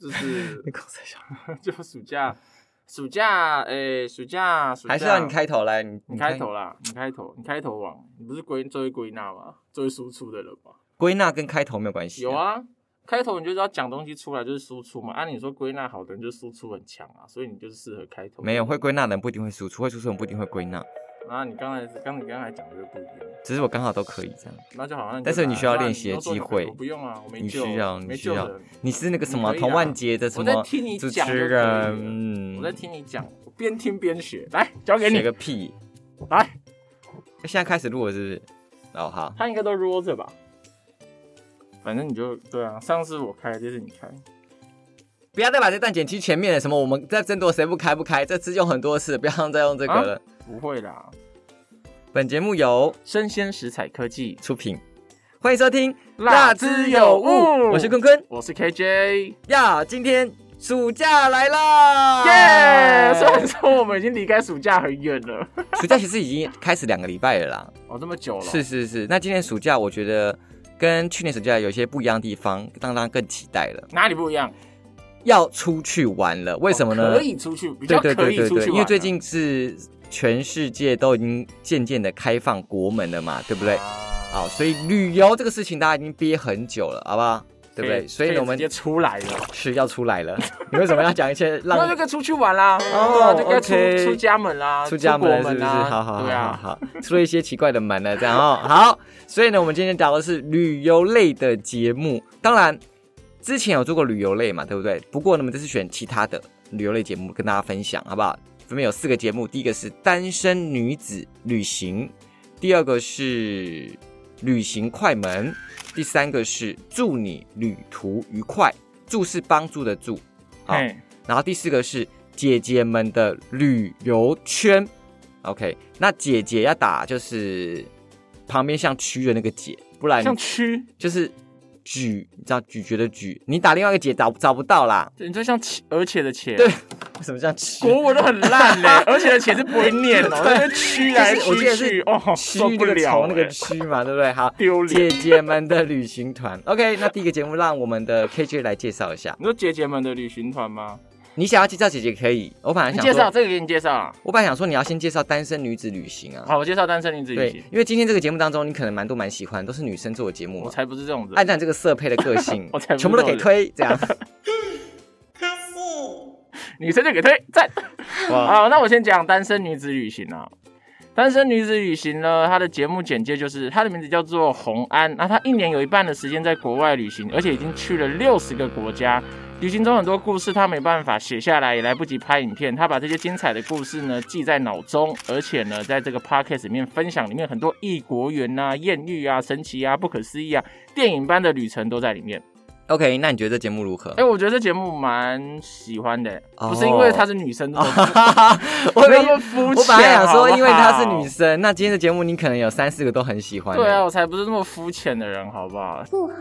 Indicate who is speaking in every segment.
Speaker 1: 就是
Speaker 2: 你搞在想，
Speaker 1: 就暑假， 暑假，诶、暑假，暑假
Speaker 2: 还是让你开头来，你
Speaker 1: 啊你开头啦，你开头，你开头王，你不是归最会归纳吗？最会输出的人吗？
Speaker 2: 归纳跟开头没有关系、
Speaker 1: 有，啊，开头你就是要讲东西出来就是输出嘛。啊按、理你说归纳好的人就输出很强啊，所以你就是适合开头。
Speaker 2: 没有会归纳的人不一定会输出，会输出的人不一定会归纳，
Speaker 1: 然后你刚才刚你刚才讲的就不一样，
Speaker 2: 只是我刚好都可以这样。
Speaker 1: 那就好像
Speaker 2: 但是你需要练习的
Speaker 1: 的
Speaker 2: 机会
Speaker 1: 不用啊，我没
Speaker 2: 你
Speaker 1: 救，
Speaker 2: 需要，你
Speaker 1: 没
Speaker 2: 需
Speaker 1: 救
Speaker 2: 要
Speaker 1: 了。，
Speaker 2: 你是那个什
Speaker 1: 你
Speaker 2: 么
Speaker 1: 可以啊
Speaker 2: 童万杰的什
Speaker 1: 我在
Speaker 2: 么
Speaker 1: 听你
Speaker 2: 主
Speaker 1: 讲就可以
Speaker 2: 持
Speaker 1: 了
Speaker 2: 人？嗯，
Speaker 1: 我在听你讲，我边听边学，来交给你
Speaker 2: 学个屁！
Speaker 1: 来，
Speaker 2: 现在开始录了是不是？哦好，
Speaker 1: 他应该都 roll 着吧。反正你就对啊，上次我开，这次你开，
Speaker 2: 不要再把这段剪辑前面的什么，我们在争夺谁不开不开，这次用很多次，不要再用
Speaker 1: 啊
Speaker 2: 这个了。
Speaker 1: 不会啦。
Speaker 2: 本节目由
Speaker 1: 生鲜食材科技，
Speaker 2: 出品，欢迎收听《
Speaker 1: 辣之有物
Speaker 2: 我是坤坤。
Speaker 1: 我是 KJ，
Speaker 2: 呀，今天暑假来
Speaker 1: 啊
Speaker 2: 啦！
Speaker 1: 耶！虽然说我们已经离开暑假很远了，
Speaker 2: 暑假其实已经开始两个礼拜了啦。
Speaker 1: 哦，这么久了，
Speaker 2: 是是是，那今年暑假我觉得跟去年暑假有一些不一样的地方，让大家更期待了，
Speaker 1: 哪里不一样？哦
Speaker 2: 要出去玩了。为什么呢？
Speaker 1: 可以出去，比
Speaker 2: 对
Speaker 1: 较
Speaker 2: 对
Speaker 1: 可
Speaker 2: 对
Speaker 1: 以
Speaker 2: 对
Speaker 1: 出去
Speaker 2: 对，因为
Speaker 1: 玩
Speaker 2: 最
Speaker 1: 啊
Speaker 2: 近是全世界都已经渐渐的开放国门了嘛，对不对？
Speaker 1: 啊，
Speaker 2: 好，所以旅游这个事情大家已经憋很久了，好不好？对不
Speaker 1: 可
Speaker 2: 对？所以呢，我们
Speaker 1: 可直接出来了，
Speaker 2: 是要出来了。你为什么要讲一些让
Speaker 1: 那就该出去玩啦，对啊，
Speaker 2: 哦
Speaker 1: 就该出
Speaker 2: OK
Speaker 1: 出家门啦，
Speaker 2: 啊出家门
Speaker 1: 出
Speaker 2: 了是
Speaker 1: 国
Speaker 2: 不是？
Speaker 1: 啦
Speaker 2: 好好
Speaker 1: 对
Speaker 2: 好
Speaker 1: 啊，
Speaker 2: 好，出了一些奇怪的门了，这样哦。好，所以呢，我们今天聊的是旅游类的节目，当然之前有做过旅游类嘛，对不对？不过呢，我们这次选其他的旅游类节目跟大家分享，好不好？分别有四个节目，第一个是单身女子旅行，第二个是旅行快门，第三个是祝你旅途愉快，祝是帮助的祝，好，
Speaker 1: 嘿
Speaker 2: 然后第四个是姐姐们的旅游圈。OK，那姐姐要打就是旁边像区的那个姐，不然
Speaker 1: 像蛆，
Speaker 2: 就是咀，你知道咀嚼的咀，你打另外一个姐找找不到啦。
Speaker 1: 你这像且而且的且，
Speaker 2: 对为什么这样区？
Speaker 1: 国文都很烂 嘞，而且的且是不会念哦，那边蛆来
Speaker 2: 就是我记得
Speaker 1: 蛆
Speaker 2: 是
Speaker 1: 去，哦，
Speaker 2: 区
Speaker 1: 受不
Speaker 2: 那个
Speaker 1: 了
Speaker 2: 虫那
Speaker 1: 欸，
Speaker 2: 个区嘛，对不对？好，
Speaker 1: 丢脸
Speaker 2: 姐。姐们的旅行团。OK，那第一个节目让我们的 KJ 来介绍一下。
Speaker 1: 你说姐姐们的旅行团吗？
Speaker 2: 你想要介绍姐姐可以，我本来
Speaker 1: 你
Speaker 2: 想
Speaker 1: 介绍
Speaker 2: 说，
Speaker 1: 这个给你介绍啊。
Speaker 2: 我本来想说你要先介绍单身女子旅行啊。
Speaker 1: 好，我介绍单身女子旅
Speaker 2: 对
Speaker 1: 行。，
Speaker 2: 因为今天这个节目当中，你可能蛮多蛮喜欢，都是女生做的节目
Speaker 1: 我
Speaker 2: 嘛。
Speaker 1: 才不是这种人。
Speaker 2: 按照你这个色配的个性
Speaker 1: 我才，不
Speaker 2: 全部都给
Speaker 1: 是
Speaker 2: 推，这样。
Speaker 1: 女生就给推赞。
Speaker 2: 哇，
Speaker 1: 好，那我先讲单身女子旅行啊。单身女子旅行呢，它的节目简介就是它的名字叫做红安。那它一年有一半的时间在国外旅行，而且已经去了六十个国家。旅行中很多故事她没办法写下来，也来不及拍影片。她把这些精彩的故事呢记在脑中，而且呢在这个 podcast 里面分享里面很多异国缘啊、艳遇啊、神奇啊、不可思议啊、电影般的旅程都在里面。
Speaker 2: OK，那你觉得这节目如何
Speaker 1: 哎、？我觉得这节目蛮喜欢的，
Speaker 2: 哦
Speaker 1: 不是因为她是女生，我
Speaker 2: 我
Speaker 1: 没
Speaker 2: 没
Speaker 1: 有那么肤
Speaker 2: 我
Speaker 1: 浅。
Speaker 2: 本来想
Speaker 1: 哎好不
Speaker 2: 说，
Speaker 1: 好
Speaker 2: 因为她是女生，那今天的节目你可能有三四个都很喜欢。
Speaker 1: 对啊，，我才不是那么肤浅的人，好不好？
Speaker 3: 不好，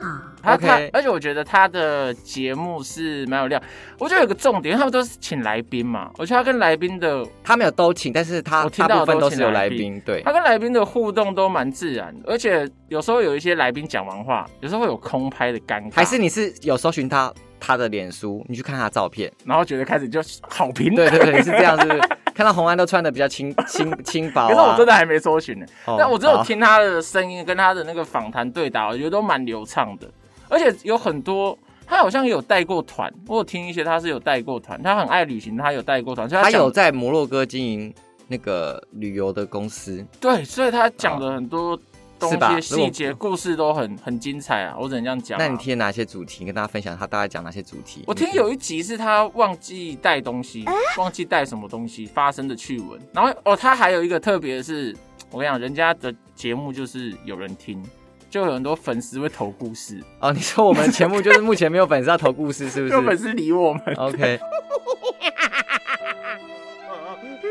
Speaker 1: 他他
Speaker 2: OK，
Speaker 1: 而且我觉得他的节目是蛮有料。我觉得有个重点，因为他们都是请来宾嘛，我觉得他跟来宾的，
Speaker 2: 他没有都请，但是她
Speaker 1: 我听
Speaker 2: 大
Speaker 1: 到的
Speaker 2: 部分
Speaker 1: 都
Speaker 2: 都
Speaker 1: 请
Speaker 2: 是有
Speaker 1: 来
Speaker 2: 来
Speaker 1: 宾
Speaker 2: 宾。对
Speaker 1: 他，跟来宾的互动都蛮自然的，而且有时候有一些来宾讲完话，有时候会有空拍的尴尬，
Speaker 2: 还是你是有搜寻她她的脸书，你去看她的照片。
Speaker 1: 然后觉得开始就好评。
Speaker 2: 对对对，你是这样，是 不是？看到红安都穿的比较轻 轻轻薄啊。
Speaker 1: 可是我真的还没搜寻呢，
Speaker 2: 哦，
Speaker 1: 但我只有
Speaker 2: 好
Speaker 1: 听他的声音跟他的那个访谈对答，我觉得都蛮流畅的，而且有很多。他好像也有带过团，我有听一些他是有带过团，他很爱旅行，他有带过团，所以
Speaker 2: 她
Speaker 1: 他讲
Speaker 2: 有在摩洛哥经营那个旅游的公司。
Speaker 1: 对，所以他讲的很多东
Speaker 2: 是吧
Speaker 1: 西、细节、故事都很很精彩啊！我只能这样讲啊、
Speaker 2: 那你听哪些主题？跟大家分享，他大概讲哪些主题？
Speaker 1: 我听有一集是他忘记带东西，忘记带什么东西发生的趣闻。然后哦，他还有一个特别的是，我跟你讲，人家的节目就是有人听，就有很多粉丝会投故事，
Speaker 2: 哦，你说我们节目就是目前没有粉丝要投故事，是不
Speaker 1: 有粉
Speaker 2: 是
Speaker 1: 丝理我们。
Speaker 2: ？OK，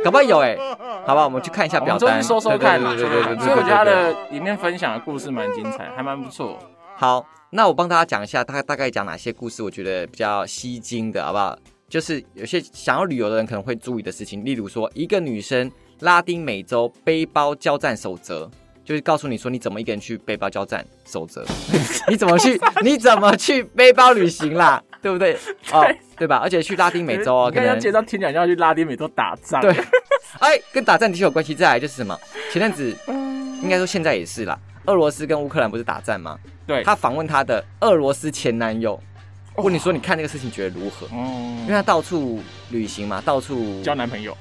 Speaker 2: 搞不好有哎、好吧，我们去看一下
Speaker 1: 我们
Speaker 2: 表
Speaker 1: 终于
Speaker 2: 单，
Speaker 1: 说说看嘛，
Speaker 2: 对对对对对对对
Speaker 1: 所以我觉得他
Speaker 2: 对对对
Speaker 1: 的里面分享的故事蛮精彩，还蛮不错。
Speaker 2: 好，那我帮大家讲一下，大概大概讲哪些故事，我觉得比较吸睛的，好不好？就是有些想要旅游的人可能会注意的事情，例如说一个女生拉丁美洲背包交战守则，就是告诉你说你怎 么 一个人去背包交战守则，你怎么去你怎么去背包旅行啦？对不对？哦，对吧？而且去拉丁美洲哦，
Speaker 1: 你
Speaker 2: 可
Speaker 1: 看要
Speaker 2: 能
Speaker 1: 介绍听讲要去拉丁美洲打仗，
Speaker 2: 对，哎，跟打战的确有关系。再来就是什么？前阵子应该说现在也是啦，俄罗斯跟乌克兰不是打战吗？
Speaker 1: 对，
Speaker 2: 她访问她的俄罗斯前男友，问你说你看这个事情觉得如何？因
Speaker 1: 嗯，
Speaker 2: 为 她到处旅行嘛，到处
Speaker 1: 交男朋友，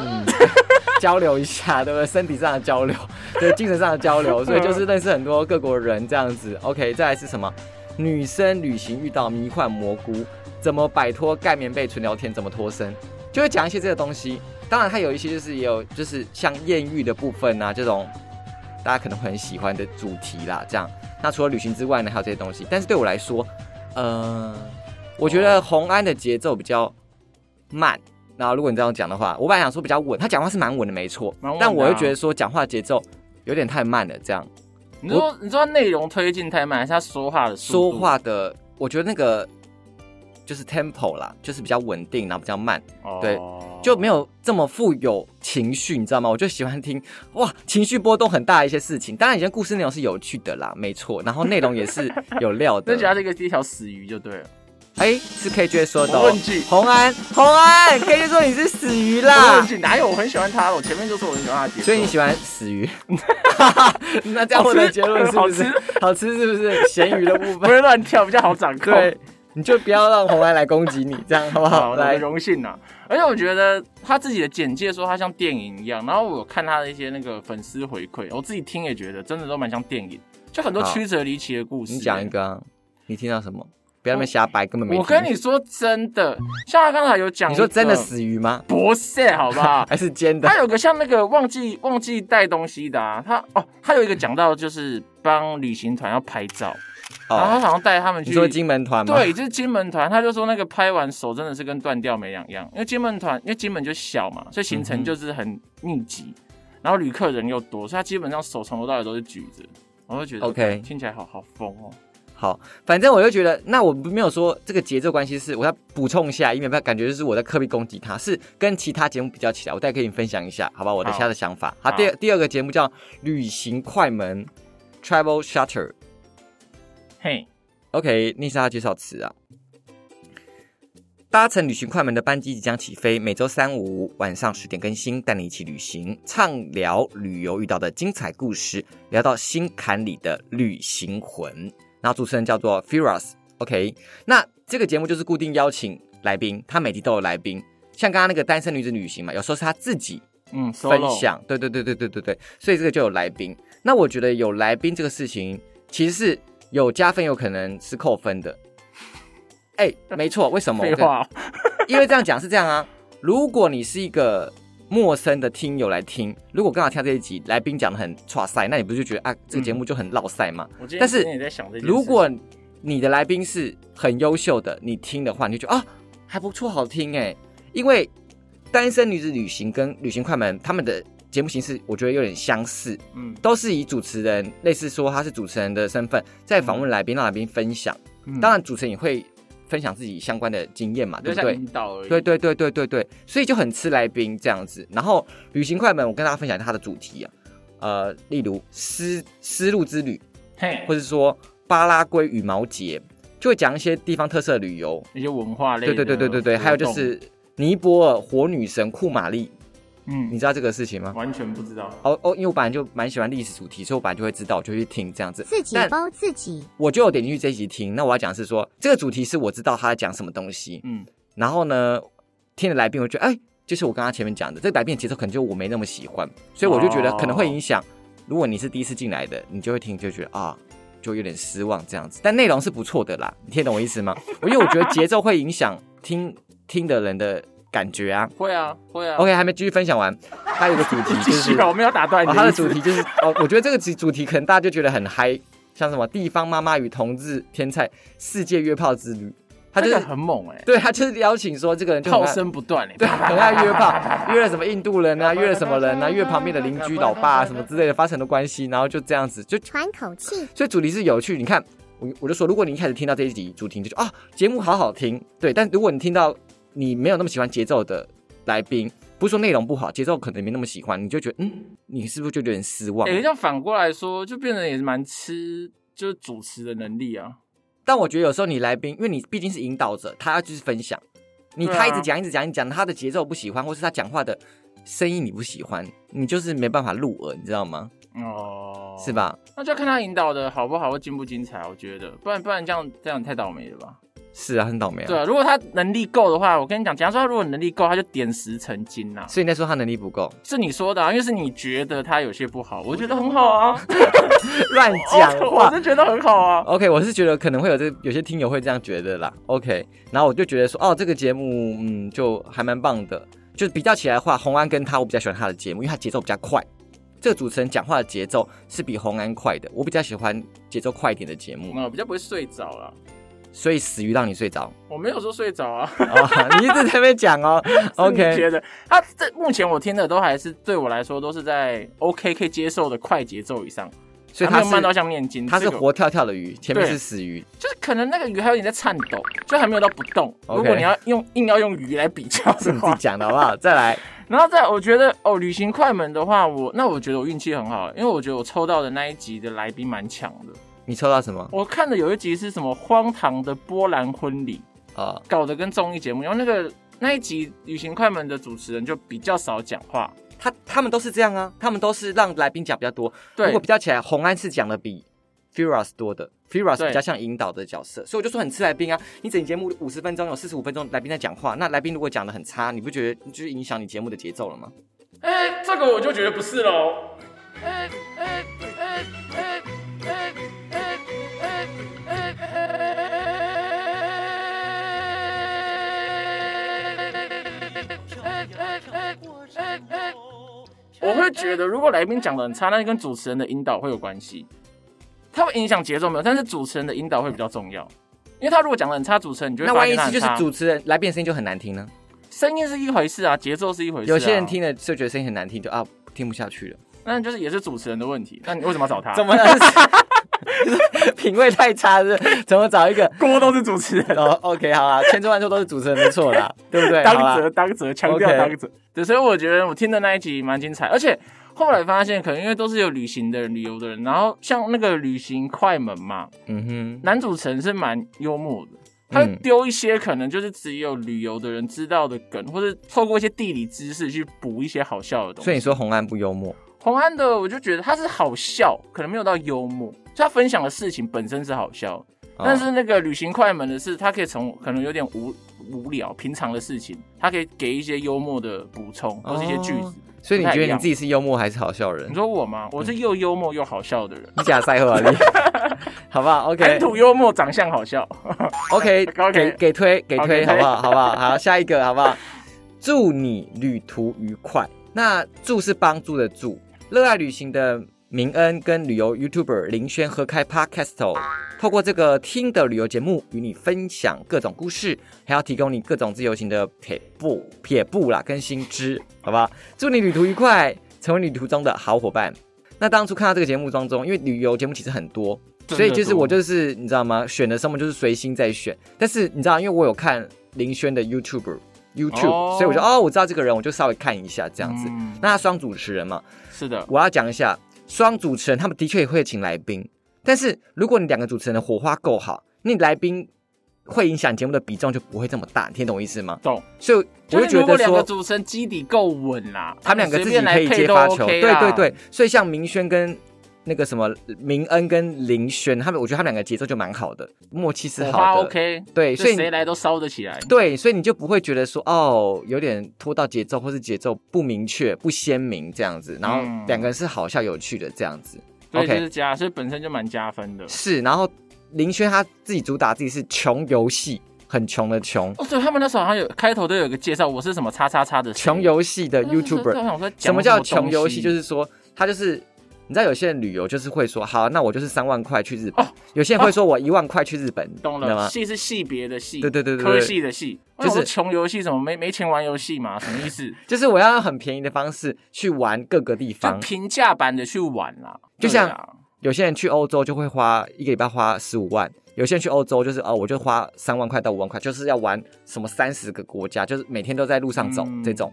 Speaker 2: 嗯 交流一下，对不对？身体上的交流， 对精神上的交流，所以就是认识很多各国人这样子。OK，再来是什么？女生旅行遇到迷幻蘑菇，怎么摆脱盖棉被纯聊天，怎么脱身，就会讲一些这个东西。当然，它有一些就是也有就是像艳遇的部分啊，这种大家可能会很喜欢的主题啦。这样，那除了旅行之外呢，还有这些东西。但是对我来说，呃，我觉得红安的节奏比较慢。然后如果你这样讲的话，我本来想说比较稳，他讲话是蛮稳的，没错。
Speaker 1: 蛮稳的啊
Speaker 2: 但我又觉得说讲话节奏有点太慢了，这样
Speaker 1: 你说你说内容推进太慢，还是他说话的速
Speaker 2: 说
Speaker 1: 度？
Speaker 2: 话的，我觉得那个就是 tempo 啦，就是比较稳定，然后比较慢，
Speaker 1: 哦
Speaker 2: 对就没有这么富有情绪，你知道吗？我就喜欢听哇，情绪波动很大的一些事情。当然，以前故事内容是有趣的啦，没错，然后内容也是有料的
Speaker 1: 那。觉得这个是一条死鱼就对了。
Speaker 2: 哎、是 KJ 说的、
Speaker 1: 我
Speaker 2: 哦
Speaker 1: 问句，
Speaker 2: 红安，红安，KJ 说你是死鱼
Speaker 1: 我
Speaker 2: 啦
Speaker 1: 问，句哪有？我很喜欢他，我前面就说我很喜欢他的节奏。
Speaker 2: 啊所以你喜欢 死鱼。那这样我的结论是不是
Speaker 1: 好
Speaker 2: 好吃？是不是咸鱼的部
Speaker 1: 不
Speaker 2: 分？
Speaker 1: 会乱跳，比较 好掌 控。
Speaker 2: 对，你就不要让红安来攻击你，这样好不
Speaker 1: 好，
Speaker 2: 好？
Speaker 1: 我的
Speaker 2: 来，
Speaker 1: 荣幸啊！而且我觉得他自己的简介说他像电影一样，然后我有看他的一些那个粉丝回馈，我自己听也觉得真的都蛮像电影，就很多
Speaker 2: 好
Speaker 1: 曲折离奇的故事。
Speaker 2: 你讲一个啊、你听到什么？不要那么瞎掰，根本没听。
Speaker 1: 我跟你说真的，像他刚才有讲，
Speaker 2: 你说真的死鱼吗？？
Speaker 1: 不是，好啊不好
Speaker 2: 还是煎的？
Speaker 1: 他有个像那个忘记忘记带东西的啊，他哦，他有一个讲到就是帮旅行团要拍照，然后他
Speaker 2: 哦，
Speaker 1: 好像带他们去
Speaker 2: 你说金门团吗？
Speaker 1: 对，就是金门团，他就说那个拍完手真的是跟断掉没两样，因为金门团因为金门就小嘛，所以行
Speaker 2: 嗯
Speaker 1: 程
Speaker 2: 哼
Speaker 1: 就是很密集，然后旅客人又多，所以他基本上手从头到尾都是举着，我就觉得
Speaker 2: OK
Speaker 1: 听起来好好疯哦。
Speaker 2: 好，反正我就觉得，那我没有说这个节奏关系是，我要补充一下，以免他感觉就是我在刻意攻击他，是跟其他节目比较起来，我再跟你分享一下，好吧？我的
Speaker 1: 好
Speaker 2: 其他的想法。好，
Speaker 1: 好
Speaker 2: 第二第二个节目叫《旅行快门》（Travel Shutter）。
Speaker 1: 嘿，
Speaker 2: OK，逆莎介绍词啊。搭乘旅行快门的班机即将起飞，每周三五晚上十点更新，带你一起旅行，畅聊旅游遇到的精彩故事，聊到心坎里的旅行魂。然后主持人叫做 Firas。OK，那这个节目就是固定邀请来宾，他每集都有来宾，像刚刚那个单身女子旅行嘛，有时候是他自己，
Speaker 1: 嗯，
Speaker 2: 分
Speaker 1: solo
Speaker 2: 享，对对对对对对对，所以这个就有来宾。那我觉得有来宾这个事情，其实是有加分，有可能是扣分 的。哎，没错，为什么？
Speaker 1: 废话，哦
Speaker 2: 因为这样讲是这样啊。如果你是一个陌生的听友来听，如果刚好听到这一集来宾讲的很岔赛，那你不是就觉得啊，这个节目就
Speaker 1: 嗯
Speaker 2: 很绕赛吗？
Speaker 1: 我今天
Speaker 2: 但是
Speaker 1: 今天也在想这件事情
Speaker 2: 如果你的来宾是很优秀的，你听的话，你就觉得啊还不错，好听哎。因为《单身女子旅行》跟《旅行快门》他们的节目形式，我觉得有点相似，
Speaker 1: 嗯
Speaker 2: 都是以主持人类似说他是主持人的身份，在访问来宾，让来宾分享。
Speaker 1: 嗯
Speaker 2: 当然，主持人也会分享自己相关的经验嘛，对
Speaker 1: 就
Speaker 2: 不
Speaker 1: 像
Speaker 2: 对
Speaker 1: 引？导而已。
Speaker 2: 对对对对对对，所以就很吃来宾这样子。然后《旅行快门》，我跟大家分享它的主题啊，呃，例如丝丝路之旅，
Speaker 1: 嘿，
Speaker 2: 或者说巴拉圭羽毛节，就会讲一些地方特色旅游。
Speaker 1: 一些文化类
Speaker 2: 对
Speaker 1: 的
Speaker 2: 对对对对对，
Speaker 1: 活动
Speaker 2: 还有就是尼泊尔火女神库玛丽，你
Speaker 1: 嗯，
Speaker 2: 知道这个事情吗？
Speaker 1: 完全不知道。
Speaker 2: 哦哦，因为我本来就蛮喜欢历史主题，所以我本来就会知道，我就去听这样子。
Speaker 3: 自己
Speaker 2: 但
Speaker 3: 包自己。
Speaker 2: 我就有点进去这一集听。那我要讲的是说，这个主题是我知道他在讲什么东西，
Speaker 1: 嗯，
Speaker 2: 然后呢，听了来宾，我觉得哎，就是我刚刚前面讲的，这个来宾的节奏可能就我没那么喜欢，所以我就觉得
Speaker 1: 哦
Speaker 2: 可能会影响。如果你是第一次进来的，你就会听就觉得啊，就有点失望这样子。但内容是不错的啦，你听得懂我意 思吗？因为我觉得节奏会影响听听的人的感觉啊。
Speaker 1: 会啊会啊。
Speaker 2: OK，还没继续分享完，还有一个主题
Speaker 1: 继
Speaker 2: 就
Speaker 1: 续啊
Speaker 2: 是
Speaker 1: 吧，我没有打断你
Speaker 2: 哦，它的
Speaker 1: 意思
Speaker 2: 主题就是哦，我觉得这个主主题可能大家就觉得很嗨，像什么地方妈妈与同志天菜世界约炮之旅，他就是、
Speaker 1: 这个很猛哎，
Speaker 2: 对他就是邀请说这个人就很
Speaker 1: 炮
Speaker 2: 爱
Speaker 1: 声不断哎。
Speaker 2: 对， 很爱约炮，约了什么印度 人啊，约了什么人啊，约旁边的邻居老 爸、啊、什么之类的，发生的关系，然后就这样子，就嗯
Speaker 3: 喘口气，
Speaker 2: 所以主题是有趣。你看，我我就说，如果你一开始听到这一集主题，你就觉得啊，节目好好听，对。但如果你听到你没有那么喜欢节奏的来宾，不是说内容不好，节奏可能没那么喜欢，你就觉得嗯，你是不是就有点失望？
Speaker 1: 哎、欸，这样反过来说，就变成也是蛮吃就是主持的能力啊。
Speaker 2: 但我觉得有时候你来宾，因为你毕竟是引导者，他要就是分享，你
Speaker 1: 对啊
Speaker 2: 他一直讲一直讲一直讲，他的节奏不喜欢，或是他讲话的声音你不喜欢，你就是没办法入耳，你知道吗？
Speaker 1: 哦，
Speaker 2: 是？吧？
Speaker 1: 那就要看他引导的好不好，或精不精彩。我觉得，不然不然这样这样太倒霉了吧？
Speaker 2: 是啊，很倒霉啊。
Speaker 1: 对啊，如果他能力够的话，我跟你讲，假如说他如果能力够，他就点石成金呐、
Speaker 2: 所以你在说他能力不够，
Speaker 1: 是你说的、啊，因为是你觉得他有些不好，我觉得很好啊，
Speaker 2: 乱讲
Speaker 1: 哦我
Speaker 2: 话。
Speaker 1: 是觉得很好啊。
Speaker 2: OK，我是觉得可能会有这有些听友会这样觉得啦。OK，然后我就觉得说，哦，这个节目嗯，就还蛮棒的。就比较起来的话，红安跟他，我比较喜欢他的节目，因为他节奏比较快。这个主持人讲话的节奏是比红安快的，我比较喜欢节奏快一点的节目，
Speaker 1: 那比较不会睡着了，
Speaker 2: 所以死鱼让你睡着。
Speaker 1: 我没有说睡着啊。
Speaker 2: 哦、 你一直在那边讲哦。
Speaker 1: 是你
Speaker 2: OK，
Speaker 1: 觉得他这目前我听的都还是对我来说都是在 OK 可以接受的快节奏以上，
Speaker 2: 所以
Speaker 1: 还
Speaker 2: 他
Speaker 1: 没有慢到
Speaker 2: 是
Speaker 1: 像念经，
Speaker 2: 他是
Speaker 1: 这个
Speaker 2: 活跳跳的鱼，前面
Speaker 1: 对
Speaker 2: 是死鱼。
Speaker 1: 就是可能那个鱼还有点在颤抖，就还没有到不动。
Speaker 2: OK
Speaker 1: 如果你要用硬要用鱼来比较
Speaker 2: 是
Speaker 1: 的
Speaker 2: 你自己
Speaker 1: 话，
Speaker 2: 讲的好不 好？再来，
Speaker 1: 然后再我觉得哦，旅行快门的话，我那我觉得我运气很好，因为我觉得我抽到的那一集的来宾蛮强的。
Speaker 2: 你抽到什么？
Speaker 1: 我看的有一集是什么荒唐的波兰婚礼，
Speaker 2: 哦，
Speaker 1: 搞得跟综艺节目，然后那个那一集旅行快门的主持人就比较少讲话，
Speaker 2: 他他们都是这样啊，他们都是让来宾讲比较多。如
Speaker 1: 对
Speaker 2: 果比较起来，红安是讲的比 Firas 多的，Firas
Speaker 1: 对
Speaker 2: 比较像引导的角色，所以我就说很吃来宾啊。你整节目五十分钟，有四十五分钟来宾在讲话，那来宾如果讲的很差，你不觉得就是影响你节目的节奏了吗？
Speaker 1: 哎、这个我就觉得不是喽。哎哎哎哎哎哎哎哎哎我会觉得，如果来宾讲的很差，那就跟主持人的引导会有关系，它会影响节奏没有，但是主持人的引导会比较重要，因为他如果讲的很差，主持人你就会
Speaker 2: 那
Speaker 1: 发
Speaker 2: 万
Speaker 1: 现
Speaker 2: 一
Speaker 1: 他
Speaker 2: 是
Speaker 1: 很
Speaker 2: 就是
Speaker 1: 差
Speaker 2: 主持人来宾的声音就很难听呢？
Speaker 1: 声音是一回事啊，节奏是一回事、啊，
Speaker 2: 有些人听了就觉得声音很难听，就啊听不下去 了。
Speaker 1: 那就是也是主持人的问题，那你为什么要找他？
Speaker 2: 怎么了？就是 品味太差是不是怎么找一个？
Speaker 1: 锅都是主持人，
Speaker 2: 哦，OK，好啊，千错万错都是主持人的错啦，对不对？好
Speaker 1: 当
Speaker 2: 啦
Speaker 1: 责当责，强调
Speaker 2: OK
Speaker 1: 当责。对，所以我觉得我听的那一集蛮精彩，而且后来发现，可能因为都是有旅行的人、旅游的人，然后像那个旅行快门嘛，
Speaker 2: 嗯哼。
Speaker 1: 男主持人是蛮幽默的。他会
Speaker 2: 嗯
Speaker 1: 丢一些可能就是只有旅游的人知道的梗，或者透过一些地理知识去补一些好笑的东
Speaker 2: 所以
Speaker 1: 西。
Speaker 2: 你说红安不幽默？
Speaker 1: 红安的我就觉得他是好笑，可能没有到幽默，就他分享的事情本身是好笑，
Speaker 2: 哦
Speaker 1: 但是那个旅行快门的是，它可以从可能有点无无聊、平常的事情，它可以给一些幽默的补充，或是一些句子。
Speaker 2: 哦所以你
Speaker 1: 不太
Speaker 2: 觉
Speaker 1: 一
Speaker 2: 得你
Speaker 1: 样
Speaker 2: 自己是幽默还是好笑人
Speaker 1: 你？说我
Speaker 2: 嗯
Speaker 1: 吗？我是又幽默又好笑的人，
Speaker 2: 你假赛后 啊，你好不好
Speaker 1: 谈
Speaker 2: ？OK
Speaker 1: 吐幽默，长相好笑。
Speaker 2: OK，
Speaker 1: OK
Speaker 2: 给给推给推，
Speaker 1: OK
Speaker 2: 好不好？好不好？好，下一个好不好？祝你旅途愉快。那祝是帮助的祝，热爱旅行的明恩跟旅游 YouTuber 林轩合开 Podcast，透哦过这个听的旅游节目，与你分享各种故事，还要提供你各种自由行的撇步、撇步啦跟新知，好不好？祝你旅途愉快，成为旅途中的好伙伴。那当初看到这个节目当中，因为旅游节目其实很多，
Speaker 1: 真的
Speaker 2: 所以就是
Speaker 1: 多
Speaker 2: 我就是你知道吗？选的什么就是随心在选，但是你知道，因为我有看林轩的 YouTube YouTube，、
Speaker 1: 哦
Speaker 2: 所以我就哦，我知道这个人，我就稍微看一下这样子。
Speaker 1: 嗯
Speaker 2: 那他双主持人嘛，
Speaker 1: 是的，
Speaker 2: 我要讲一下，双主持人他们的确也会请来宾，但是如果你两个主持人的火花够好，那你来宾会影响节目的比重就不会这么大，你听懂我意思吗？
Speaker 1: 懂。
Speaker 2: 所以我就
Speaker 1: 就是
Speaker 2: 觉
Speaker 1: 如果
Speaker 2: 得
Speaker 1: 两个
Speaker 2: 说，
Speaker 1: 主持人基底够稳啦，
Speaker 2: 他们两个自
Speaker 1: 随
Speaker 2: 己
Speaker 1: 便来
Speaker 2: 可以
Speaker 1: 配
Speaker 2: 接
Speaker 1: 都
Speaker 2: 发
Speaker 1: OK
Speaker 2: 球，
Speaker 1: 啊
Speaker 2: 对
Speaker 1: 啦
Speaker 2: 对，对，所以像明轩跟。那个什么明恩跟林轩，他们我觉得他们两个节奏就蛮好的，默契是
Speaker 1: 火
Speaker 2: 好
Speaker 1: 花
Speaker 2: 的。
Speaker 1: OK，
Speaker 2: 对，所
Speaker 1: 所
Speaker 2: 以
Speaker 1: 以
Speaker 2: 你
Speaker 1: 谁来都烧得起来。
Speaker 2: 对，所以你就不会觉得说哦，有点拖到节奏，或是节奏不明确、不鲜明这样子。然后
Speaker 1: 嗯
Speaker 2: 两个人是好笑有趣的这样子，
Speaker 1: 所以
Speaker 2: OK
Speaker 1: 就是加，所以本身就蛮加分的。
Speaker 2: 是。然后林轩他自己主打自己是穷游戏，很穷的穷，
Speaker 1: 哦，对，他们那时候好像有开头都有一个介绍，我是什么叉叉叉的谁
Speaker 2: 穷游戏的
Speaker 1: 对对对
Speaker 2: YouTuber
Speaker 1: 我。想说讲
Speaker 2: 什么叫
Speaker 1: 东
Speaker 2: 穷游戏？
Speaker 1: 西
Speaker 2: 就是说，他就是你知道，有些人旅游就是会说，好，那我就是三万块去日本；
Speaker 1: 哦
Speaker 2: 有些人会说我一万块去日本，
Speaker 1: 懂
Speaker 2: 你知道
Speaker 1: 了，
Speaker 2: 吗？
Speaker 1: 系是系别的系，
Speaker 2: 对对对对
Speaker 1: 科
Speaker 2: 对
Speaker 1: 系的系，
Speaker 2: 就是
Speaker 1: 就是穷游戏，怎么没没钱玩游戏嘛？什么意 思？
Speaker 2: 就是我要用很便宜的方式去玩各个地
Speaker 1: 就
Speaker 2: 方。
Speaker 1: 平价版的去玩啦，
Speaker 2: 就像
Speaker 1: 对啊
Speaker 2: 有些人去欧洲就会花一个礼拜花十五万，有些人去欧洲就是哦，我就花三万块到五万块，就是要玩什么三十个国家，就是每天都在路上走、
Speaker 1: 嗯
Speaker 2: 这种，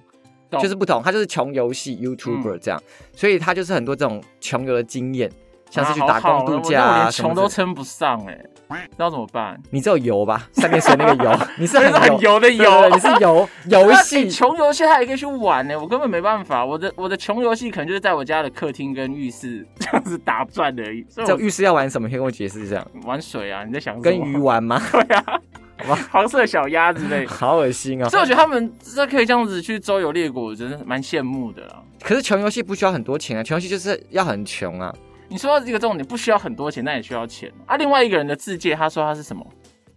Speaker 1: 懂嗯
Speaker 2: 就是不同。他就是穷游戏 YouTuber 这样，所以他就是很多这种穷游的经验。像是去打工度假
Speaker 1: 啊，
Speaker 2: 啊
Speaker 1: 好好我那我连
Speaker 2: 什
Speaker 1: 穷
Speaker 2: 么之
Speaker 1: 都
Speaker 2: 类的
Speaker 1: 称不上哎、不知道怎么办？
Speaker 2: 你只有 游吧，三点水那个游，你是
Speaker 1: 这是很
Speaker 2: 游
Speaker 1: 油的
Speaker 2: 对对对 你
Speaker 1: 油。
Speaker 2: 是游游
Speaker 1: 那你欸
Speaker 2: 戏。
Speaker 1: 穷游戏，他还可以去玩欸呢、我根本没办法。我的我的穷游戏可能就是在我家的客厅跟浴室这样子打转而已。所以
Speaker 2: 这浴室要玩什么？可以跟我解释一下？
Speaker 1: 我玩水啊，你在想什么
Speaker 2: 跟鱼玩吗？
Speaker 1: 黄色小鸭之类的。
Speaker 2: 好恶心哦！
Speaker 1: 所以我觉得他们这可以这样子去周游列国，我真的蛮羡慕的啦。
Speaker 2: 可是穷游戏不需要很多钱啊，穷游戏就是要很穷啊。
Speaker 1: 你说到这个重点，不需要很多钱，但也需要钱啊。另外一个人的自介，他说他是什么？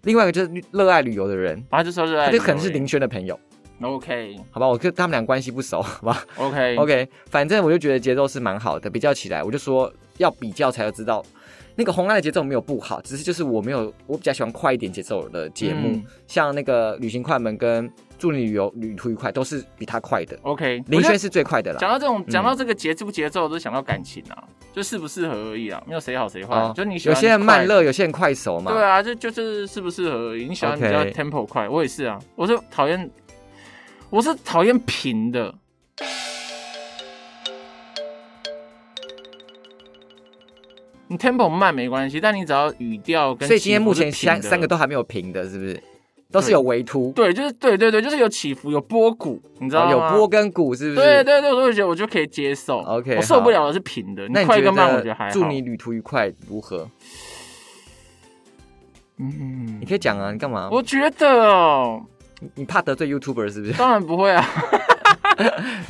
Speaker 2: 另外一个就是热爱旅游的人，
Speaker 1: 然后他就说哎热爱
Speaker 2: 他
Speaker 1: 旅
Speaker 2: 就
Speaker 1: 游而已，
Speaker 2: 可能是林轩的朋友，
Speaker 1: OK
Speaker 2: 好吧？我跟他们俩关系不熟，好吧
Speaker 1: OK
Speaker 2: ？OK，反正我就觉得节奏是蛮好的，比较起来，我就说要比较才知道。那个红蓝的节奏没有不好，只是就是我没有，我比较喜欢快一点节奏的节目，
Speaker 1: 嗯
Speaker 2: 像那个旅行快门跟祝你旅游旅途愉快都是比他快的，
Speaker 1: OK。
Speaker 2: 林
Speaker 1: 我觉
Speaker 2: 轩
Speaker 1: 得
Speaker 2: 是最快的啦。
Speaker 1: 讲到这种，
Speaker 2: 嗯
Speaker 1: 讲到这个节奏节奏，我都想到感情啊，就适不适合而已啊，没有谁好谁坏，
Speaker 2: 哦
Speaker 1: 就你喜
Speaker 2: 有
Speaker 1: 欢
Speaker 2: 些人慢
Speaker 1: 快
Speaker 2: 热，有些人快手嘛。
Speaker 1: 对啊，这就是适不适合而已。你喜欢比较
Speaker 2: OK
Speaker 1: tempo 快，我也是啊，我是讨厌，我是讨厌平的。你 tempo 慢没关系，但你只要语调跟
Speaker 2: 所以今天
Speaker 1: 起伏
Speaker 2: 目
Speaker 1: 是
Speaker 2: 前
Speaker 1: 平
Speaker 2: 三
Speaker 1: 的
Speaker 2: 三个都还没有平的，是不是？都是有微凸，
Speaker 1: 对，就是对对对，就是有起伏，有波谷，你知道
Speaker 2: 哦
Speaker 1: 吗？
Speaker 2: 有波跟鼓，是不是？
Speaker 1: 对对对，我就觉得我就可以接受。
Speaker 2: OK，
Speaker 1: 我受不了的是平的，
Speaker 2: 那你
Speaker 1: 快
Speaker 2: 觉
Speaker 1: 跟慢我觉得还好。
Speaker 2: 得祝你旅途愉快如何？
Speaker 1: 嗯
Speaker 2: 你，可以讲啊，你干嘛？
Speaker 1: 我觉得哦，
Speaker 2: 你你怕得罪 YouTuber 是不是？
Speaker 1: 当然不会 啊，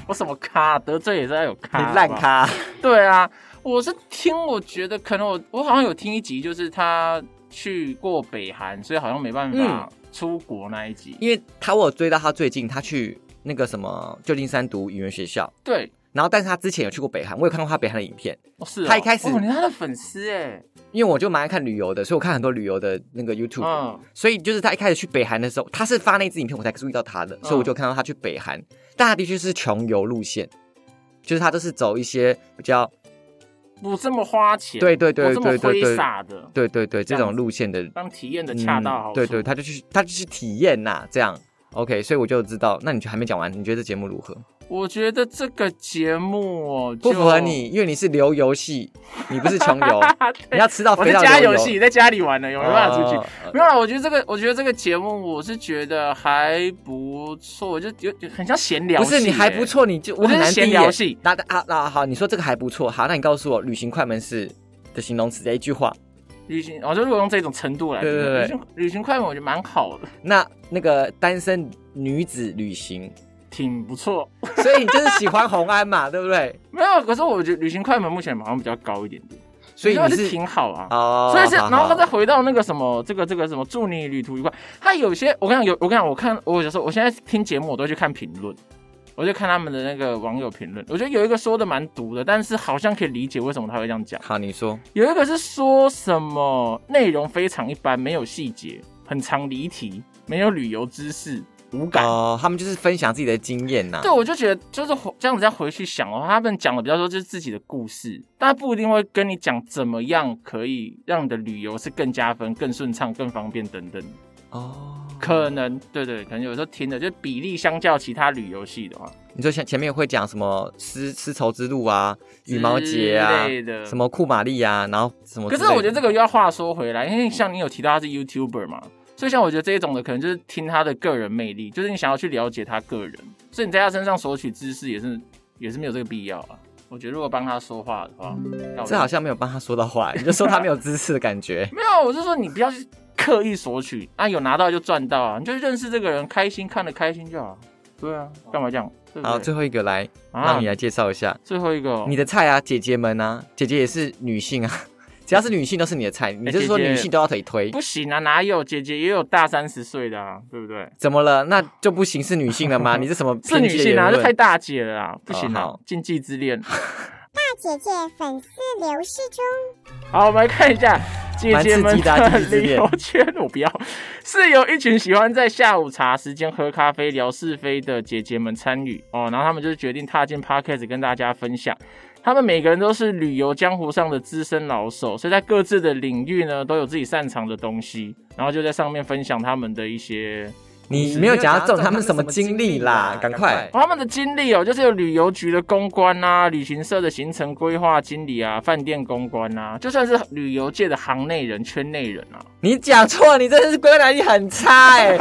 Speaker 1: 我什么咖得罪也是要有咖，
Speaker 2: 你
Speaker 1: 好不好
Speaker 2: 烂。咖，
Speaker 1: 对啊，我是听，我觉得可能我我好像有听一集，就是他去过北韩，所以好像没办
Speaker 2: 嗯
Speaker 1: 法出国那一集。
Speaker 2: 因为他我有追到他最近他去那个什么旧金山读语言学校，
Speaker 1: 对，
Speaker 2: 然后但是他之前有去过北韩，我有看过他北韩的影片，
Speaker 1: 哦是哦
Speaker 2: 他一开始
Speaker 1: 哦你是他的粉丝哎，
Speaker 2: 因为我就蛮爱看旅游的，所以我看很多旅游的那个 YouTube，、
Speaker 1: 嗯
Speaker 2: 所以就是他一开始去北韩的时候，他是发那支影片我才注意到他的，所以我就看到他去北韩，但他的确是穷游路线，就是他都是走一些比较
Speaker 1: 不这么花钱，
Speaker 2: 对对对
Speaker 1: 不这么
Speaker 2: 对对
Speaker 1: 挥
Speaker 2: 对
Speaker 1: 洒的，
Speaker 2: 对对对
Speaker 1: 这
Speaker 2: 这
Speaker 1: 样子
Speaker 2: 种路线的
Speaker 1: 让体验的恰到好处。
Speaker 2: 嗯对对，他就去他就去体验呐、这样 OK，所以我就知道，那你就还没讲完，你觉得这节目如何？
Speaker 1: 我觉得这个节目哦，
Speaker 2: 不
Speaker 1: 就
Speaker 2: 符合，你，因为你是流游系，你不是 穷游，你要吃到
Speaker 1: 我在
Speaker 2: 肥到
Speaker 1: 家
Speaker 2: 流
Speaker 1: 游戏，在家里玩的，有没办法出去？
Speaker 2: 哦
Speaker 1: 没有啦，我觉得这个，我觉得这个节目，我是觉得还不错，就有有很像闲聊、
Speaker 2: 不是你还不，错，你就我很
Speaker 1: 我就
Speaker 2: 难
Speaker 1: 是闲
Speaker 2: 第一
Speaker 1: 聊
Speaker 2: 眼
Speaker 1: 系。
Speaker 2: 那那啊那好，你说这个还不错，好，那你告诉我旅行快门是的形容词的一句话。
Speaker 1: 旅行，我、哦、就如果用这种程度来评
Speaker 2: 对
Speaker 1: 论，
Speaker 2: 对对
Speaker 1: 旅行旅行快门我觉得蛮好的，
Speaker 2: 那那个单身女子旅行，
Speaker 1: 挺不错。
Speaker 2: 所以你就是喜欢红安嘛， 对不对？
Speaker 1: 没有，啊可是我觉得旅行快门目前好像比较高一点点，
Speaker 2: 所以
Speaker 1: 我觉
Speaker 2: 你
Speaker 1: 得
Speaker 2: 是
Speaker 1: 挺好啊。
Speaker 2: 哦，
Speaker 1: 所以是，
Speaker 2: 好
Speaker 1: 然后他
Speaker 2: 好
Speaker 1: 再回到那个什么，这个这个什么，祝你旅途愉快。他有些，我跟你讲，有我跟你讲，我看我有时候，我现在听节目，我都去看评论，我就看他们的那个网友评论。我觉得有一个说的蛮毒的，但是好像可以理解为什么他会这样讲。
Speaker 2: 好，你说
Speaker 1: 有一个是说什么内容非常一般，没有细节，很常离题，没有旅游知识，无感。
Speaker 2: 哦，他们就是分享自己的经验呐、
Speaker 1: 对，我就觉得就是回这样子再回去想哦，他们讲的比较多就是自己的故事，但不一定会跟你讲怎么样可以让你的旅游是更加分、更顺畅、更方便等等。
Speaker 2: 哦，
Speaker 1: 可能对对，可能有时候听的就比例相较其他旅游系的话，
Speaker 2: 你说前前面会讲什么丝丝绸之路啊、羽毛节啊
Speaker 1: 之、类的。
Speaker 2: 什么库玛丽啊，然后什么之
Speaker 1: 可
Speaker 2: 类
Speaker 1: 是
Speaker 2: 的？
Speaker 1: 我觉得这个又要话说回来，因为像你有提到他是 YouTuber 嘛，所以像我觉得这一种的可能就是听他的个人魅力，就是你想要去了解他个人，所以你在他身上索取知识也是也是没有这个必要啊。我觉得如果帮他说话的话，那我就。
Speaker 2: 嗯这好像没有帮他说到话，你就说他没有知识的感觉
Speaker 1: 没有，我是说你不要去刻意索取啊，有拿到就赚到啊，你就认识这个人，开心看得开心就好。对啊，干嘛这样？对不
Speaker 2: 哦好，
Speaker 1: 对
Speaker 2: 最后一个来，
Speaker 1: 啊
Speaker 2: 让你，来介绍一下
Speaker 1: 最后一个哦、
Speaker 2: 你的菜啊，姐姐们啊，姐姐也是女性啊， 只要是女性都是你的菜，你就是说
Speaker 1: 哎姐姐
Speaker 2: 女性都要腿推，
Speaker 1: 不行啊，哪有姐姐也有大三十岁的啊，对不对？
Speaker 2: 怎么了？那就不行是女性了吗？你是什么
Speaker 1: 是
Speaker 2: 偏
Speaker 1: 女
Speaker 2: 激的
Speaker 1: 性啊，
Speaker 2: 言
Speaker 1: 这
Speaker 2: 论
Speaker 1: 太大姐了啊，不行
Speaker 2: 哦
Speaker 1: 啊
Speaker 2: 好，
Speaker 1: 禁忌之恋。
Speaker 3: 姐姐粉丝流失中。
Speaker 1: 好，我们来看一下姐姐
Speaker 2: 蛮
Speaker 1: 们
Speaker 2: 刺激的啊
Speaker 1: 的
Speaker 2: 禁忌之
Speaker 1: 旅
Speaker 2: 恋
Speaker 1: 游圈，我不要，是由一群喜欢在下午茶时间喝咖啡聊是非的姐姐们参与哦，然后他们就决定踏进 podcast 跟大家分享。他们每个人都是旅游江湖上的资深老手，所以在各自的领域呢都有自己擅长的东西，然后就在上面分享他们的一些
Speaker 2: 你没有讲要中他们什么经历啦，赶快。
Speaker 1: 哦他们的经历哦，就是有旅游局的公关啊，旅行社的行程规划经理啊，饭店公关啊，就算是旅游界的行内人、圈内人啊，
Speaker 2: 你讲错了，你真的是归纳力很差哎、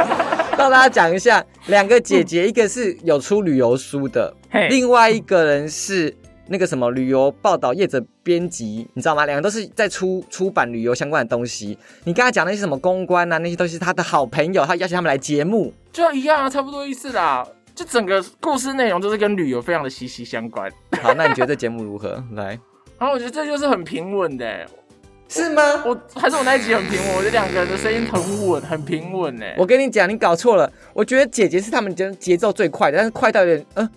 Speaker 2: 让大家讲一下，两个姐姐，一个是有出旅游书的，
Speaker 1: 嘿，
Speaker 2: 另外一个人是那个什么旅游报道业者编辑，你知道吗？两个都是在出出版旅游相关的东西。你刚才讲那些什么公关啊，那些都是他的好朋友，他邀请他们来节目。
Speaker 1: 就一样啊，差不多意思啦。就整个故事内容就是跟旅游非常的息息相关，
Speaker 2: 好，那你觉得这节目如何？来，
Speaker 1: 然后我觉得这就是很平稳的欸、
Speaker 2: 是吗？
Speaker 1: 我还是我那一集很平稳，我觉得两个人的声音很稳，很平稳哎、
Speaker 2: 我跟你讲，你搞错了。我觉得姐姐是他们节节奏最快的，但是快到有点，嗯、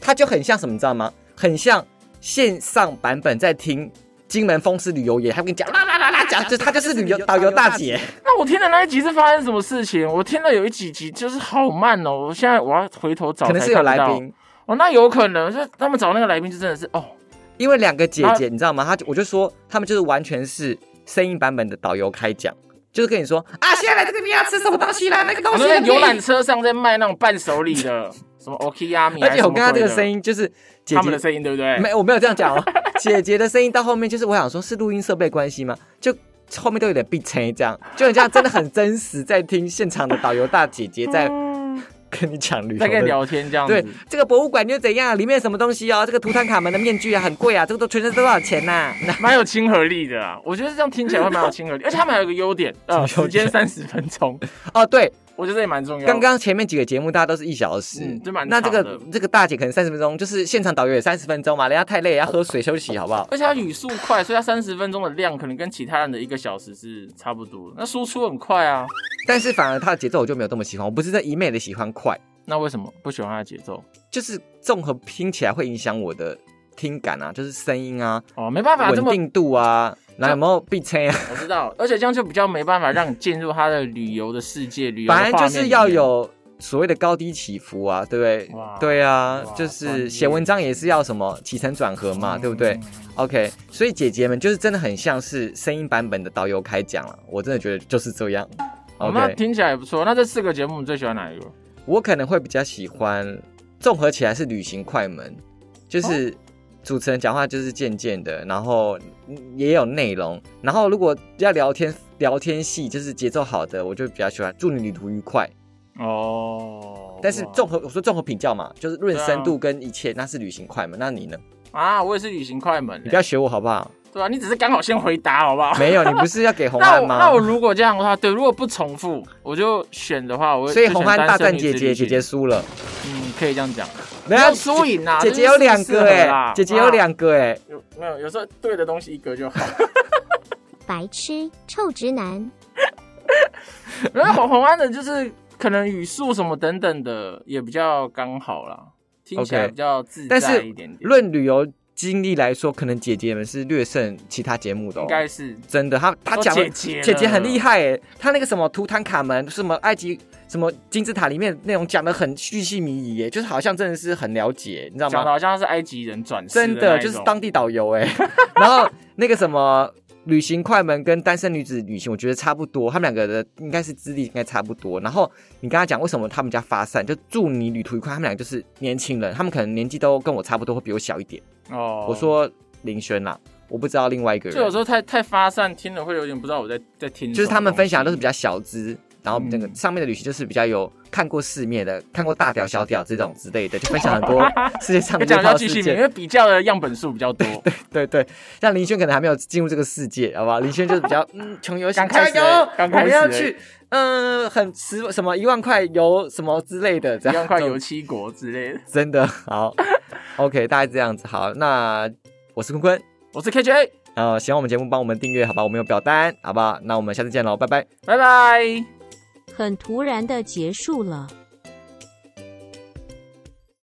Speaker 2: 她就很像什么，你知道吗？很像线上版本在听金门风狮旅游也，还跟你讲啦啦啦啦 讲，就她就是旅游导游大姐。
Speaker 1: 那我听的那一集是发生什么事情？我听了有一几集就是好慢哦，我现在我要回头找，
Speaker 2: 可能是有来宾，
Speaker 1: 哦，那有可能，就他们找那个来宾就真的是哦，
Speaker 2: 因为两个姐姐，你知道吗？她就我就说他们就是完全是声音版本的导游开讲，就是跟你说啊，现在来这个地方吃什么东西啦，那个东
Speaker 1: 我
Speaker 2: 西
Speaker 1: 啊那
Speaker 2: 那
Speaker 1: 个
Speaker 2: 个
Speaker 1: 游览车上在卖那种伴手礼的，什么 Okiyami，
Speaker 2: 而且我刚刚这个声
Speaker 1: 音，
Speaker 2: 音就是姐
Speaker 1: 他
Speaker 2: 姐
Speaker 1: 们的声音对不对？
Speaker 2: 没，我没有这样讲 哦。姐姐的声音到后面就是，我想说是录音设备关系吗？就后面都有点闭吹，这样就很像真的很真实，在听现场的导游大姐姐在跟你讲旅游
Speaker 1: 嗯在跟你
Speaker 2: 的。
Speaker 1: 聊天这样子
Speaker 2: 对，，这个博物馆又怎样？里面有什么东西哦？这个图坦卡门的面具啊，很贵啊，这个都全身多少钱呐、那
Speaker 1: 蛮有亲和力的啊。我觉得这样听起来会蛮有亲和 力，而且他们还有个优点，呃，
Speaker 2: 什么
Speaker 1: 时
Speaker 2: 优点
Speaker 1: 间三十分钟，
Speaker 2: 哦，对，
Speaker 1: 我觉得也蛮重要的。
Speaker 2: 刚刚前面几个节目大家都是一小时，
Speaker 1: 嗯这蛮
Speaker 2: 那这
Speaker 1: 长
Speaker 2: 个这个大姐可能三十分钟，就是现场导游也三十分钟嘛，人家太累也要喝水休息，好不好？
Speaker 1: 而且他语速快，所以他三十分钟的量可能跟其他人的一个小时是差不多的。那输出很快啊，
Speaker 2: 但是反而她的节奏我就没有这么喜欢，我不是在一昧的喜欢快。
Speaker 1: 那为什么不喜欢他的节奏？
Speaker 2: 就是综合拼起来会影响我的听感啊，就是声音啊、
Speaker 1: 哦，没办法，这
Speaker 2: 稳
Speaker 1: 么
Speaker 2: 定度啊，然后有没有闭车啊，
Speaker 1: 我知道，而且这样就比较没办法让你进入他的旅游的世界，旅游的画
Speaker 2: 反
Speaker 1: 面
Speaker 2: 正就是要
Speaker 1: 里面
Speaker 2: 有所谓的高低起伏啊，对不
Speaker 1: 哇
Speaker 2: 对？对啊
Speaker 1: 哇，
Speaker 2: 就
Speaker 1: 专业
Speaker 2: 是写文章也是要什么起承转合嘛，对不对
Speaker 1: 嗯
Speaker 2: ？OK，所以姐姐们就是真的很像是声音版本的导游开讲了，我真的觉得就是这样。
Speaker 1: 哦，那
Speaker 2: OK，
Speaker 1: 听起来也不错。那这四个节目你最喜欢哪一个？
Speaker 2: 我可能会比较喜欢综合起来是旅行快门，
Speaker 1: 哦
Speaker 2: 就是主持人讲话就是渐渐的，然后也有内容，然后如果要聊天聊天戏，就是节奏好的，我就比较喜欢祝你旅途愉快。
Speaker 1: 哦，
Speaker 2: 但是
Speaker 1: 哇
Speaker 2: 综合我说综合比较嘛，就是论
Speaker 1: 对啊
Speaker 2: 深度跟一切，那是旅行快
Speaker 1: 哎
Speaker 2: 门。那你呢？
Speaker 1: 啊，我也是旅行快门、
Speaker 2: 你不要学我好 不好？
Speaker 1: 对啊，你只是刚好先回答好不 好？
Speaker 2: 没有，你不是要给红
Speaker 1: 那
Speaker 2: 安
Speaker 1: 我
Speaker 2: 吗？
Speaker 1: 那我如果这样的话，对，如果不重复，我就选的话，我会
Speaker 2: 所以
Speaker 1: 就选
Speaker 2: 红安
Speaker 1: 单
Speaker 2: 大
Speaker 1: 身
Speaker 2: 战
Speaker 1: 女
Speaker 2: 姐
Speaker 1: 子
Speaker 2: 姐，
Speaker 1: 旅
Speaker 2: 姐
Speaker 1: 行
Speaker 2: 姐输了。
Speaker 1: 嗯，可以这样讲。
Speaker 2: 没
Speaker 1: 没有
Speaker 2: 有
Speaker 1: 输赢啊
Speaker 2: 姐姐姐有两个
Speaker 1: 就是适合啦啊
Speaker 2: 哎，姐姐有两个哎，
Speaker 1: 有没有？有时候对的东西一个就 好。
Speaker 3: 白痴，臭直男，
Speaker 1: 然后红红安的就是可能语速什么等等的也比较刚好啦，听起来
Speaker 2: OK
Speaker 1: 比较自
Speaker 2: 但是
Speaker 1: 在一点点。
Speaker 2: 论旅游经历来说，可能姐姐们是略胜其他节目的、哦
Speaker 1: 应。该是
Speaker 2: 真的，她她
Speaker 1: 都
Speaker 2: 讲
Speaker 1: 姐
Speaker 2: 了
Speaker 1: 姐
Speaker 2: 姐姐很厉
Speaker 1: 害，
Speaker 2: 害诶，她那个什么图坦卡门，什么埃及什么金字塔里面内容讲的很巨细靡遗耶，就是好像真的是很了解，你知道
Speaker 1: 讲的
Speaker 2: 吗？
Speaker 1: 好像是埃及人转世
Speaker 2: 真
Speaker 1: 的那
Speaker 2: 的
Speaker 1: 一
Speaker 2: 就是
Speaker 1: 种
Speaker 2: 当地导游哎， 然后那个什么。旅行快门跟单身女子旅行，我觉得差不多，他们两个的应该是资历应该差不多。然后你跟他讲为什么他们家发散，就祝你旅途愉快。他们俩就是年轻人，他们可能年纪都跟我差不多，会比我小一点。
Speaker 1: 哦，
Speaker 2: 我说林轩啦，我不知道另外一个人，
Speaker 1: 就有时候太太发散，听了会有点不知道我在在听什么东西。
Speaker 2: 就是他们分享都是比较小资，然后
Speaker 1: 嗯
Speaker 2: 那个上面的旅行就是比较有看过世面的，看过大屌小屌这种之类的，就分享很 多世界上
Speaker 1: 要讲
Speaker 2: 的这
Speaker 1: 比较
Speaker 2: 套
Speaker 1: 具细
Speaker 2: 事
Speaker 1: 明，因
Speaker 2: 件。
Speaker 1: 为比较的样本数比较多。
Speaker 2: 对对，让林轩可能还没有进入这个世界，好不好？林轩就是比 较嗯穷游
Speaker 1: 刚
Speaker 2: 型，
Speaker 1: 开
Speaker 2: 加
Speaker 1: 始
Speaker 2: 油，
Speaker 1: 刚
Speaker 2: 我
Speaker 1: 开始
Speaker 2: 们要去嗯很十什么一万块油什么之类的，这
Speaker 1: 一
Speaker 2: 样
Speaker 1: 万块油漆国之类的。
Speaker 2: 真的好。OK，大概这样子好，那我是坤坤。
Speaker 1: 我是哎 KJ，
Speaker 2: 呃，喜欢我们节目，帮我们订阅，好吧？我们有表单，好吧？那我们下次见喽，拜拜。
Speaker 1: 拜拜。
Speaker 4: 很突然的结束了。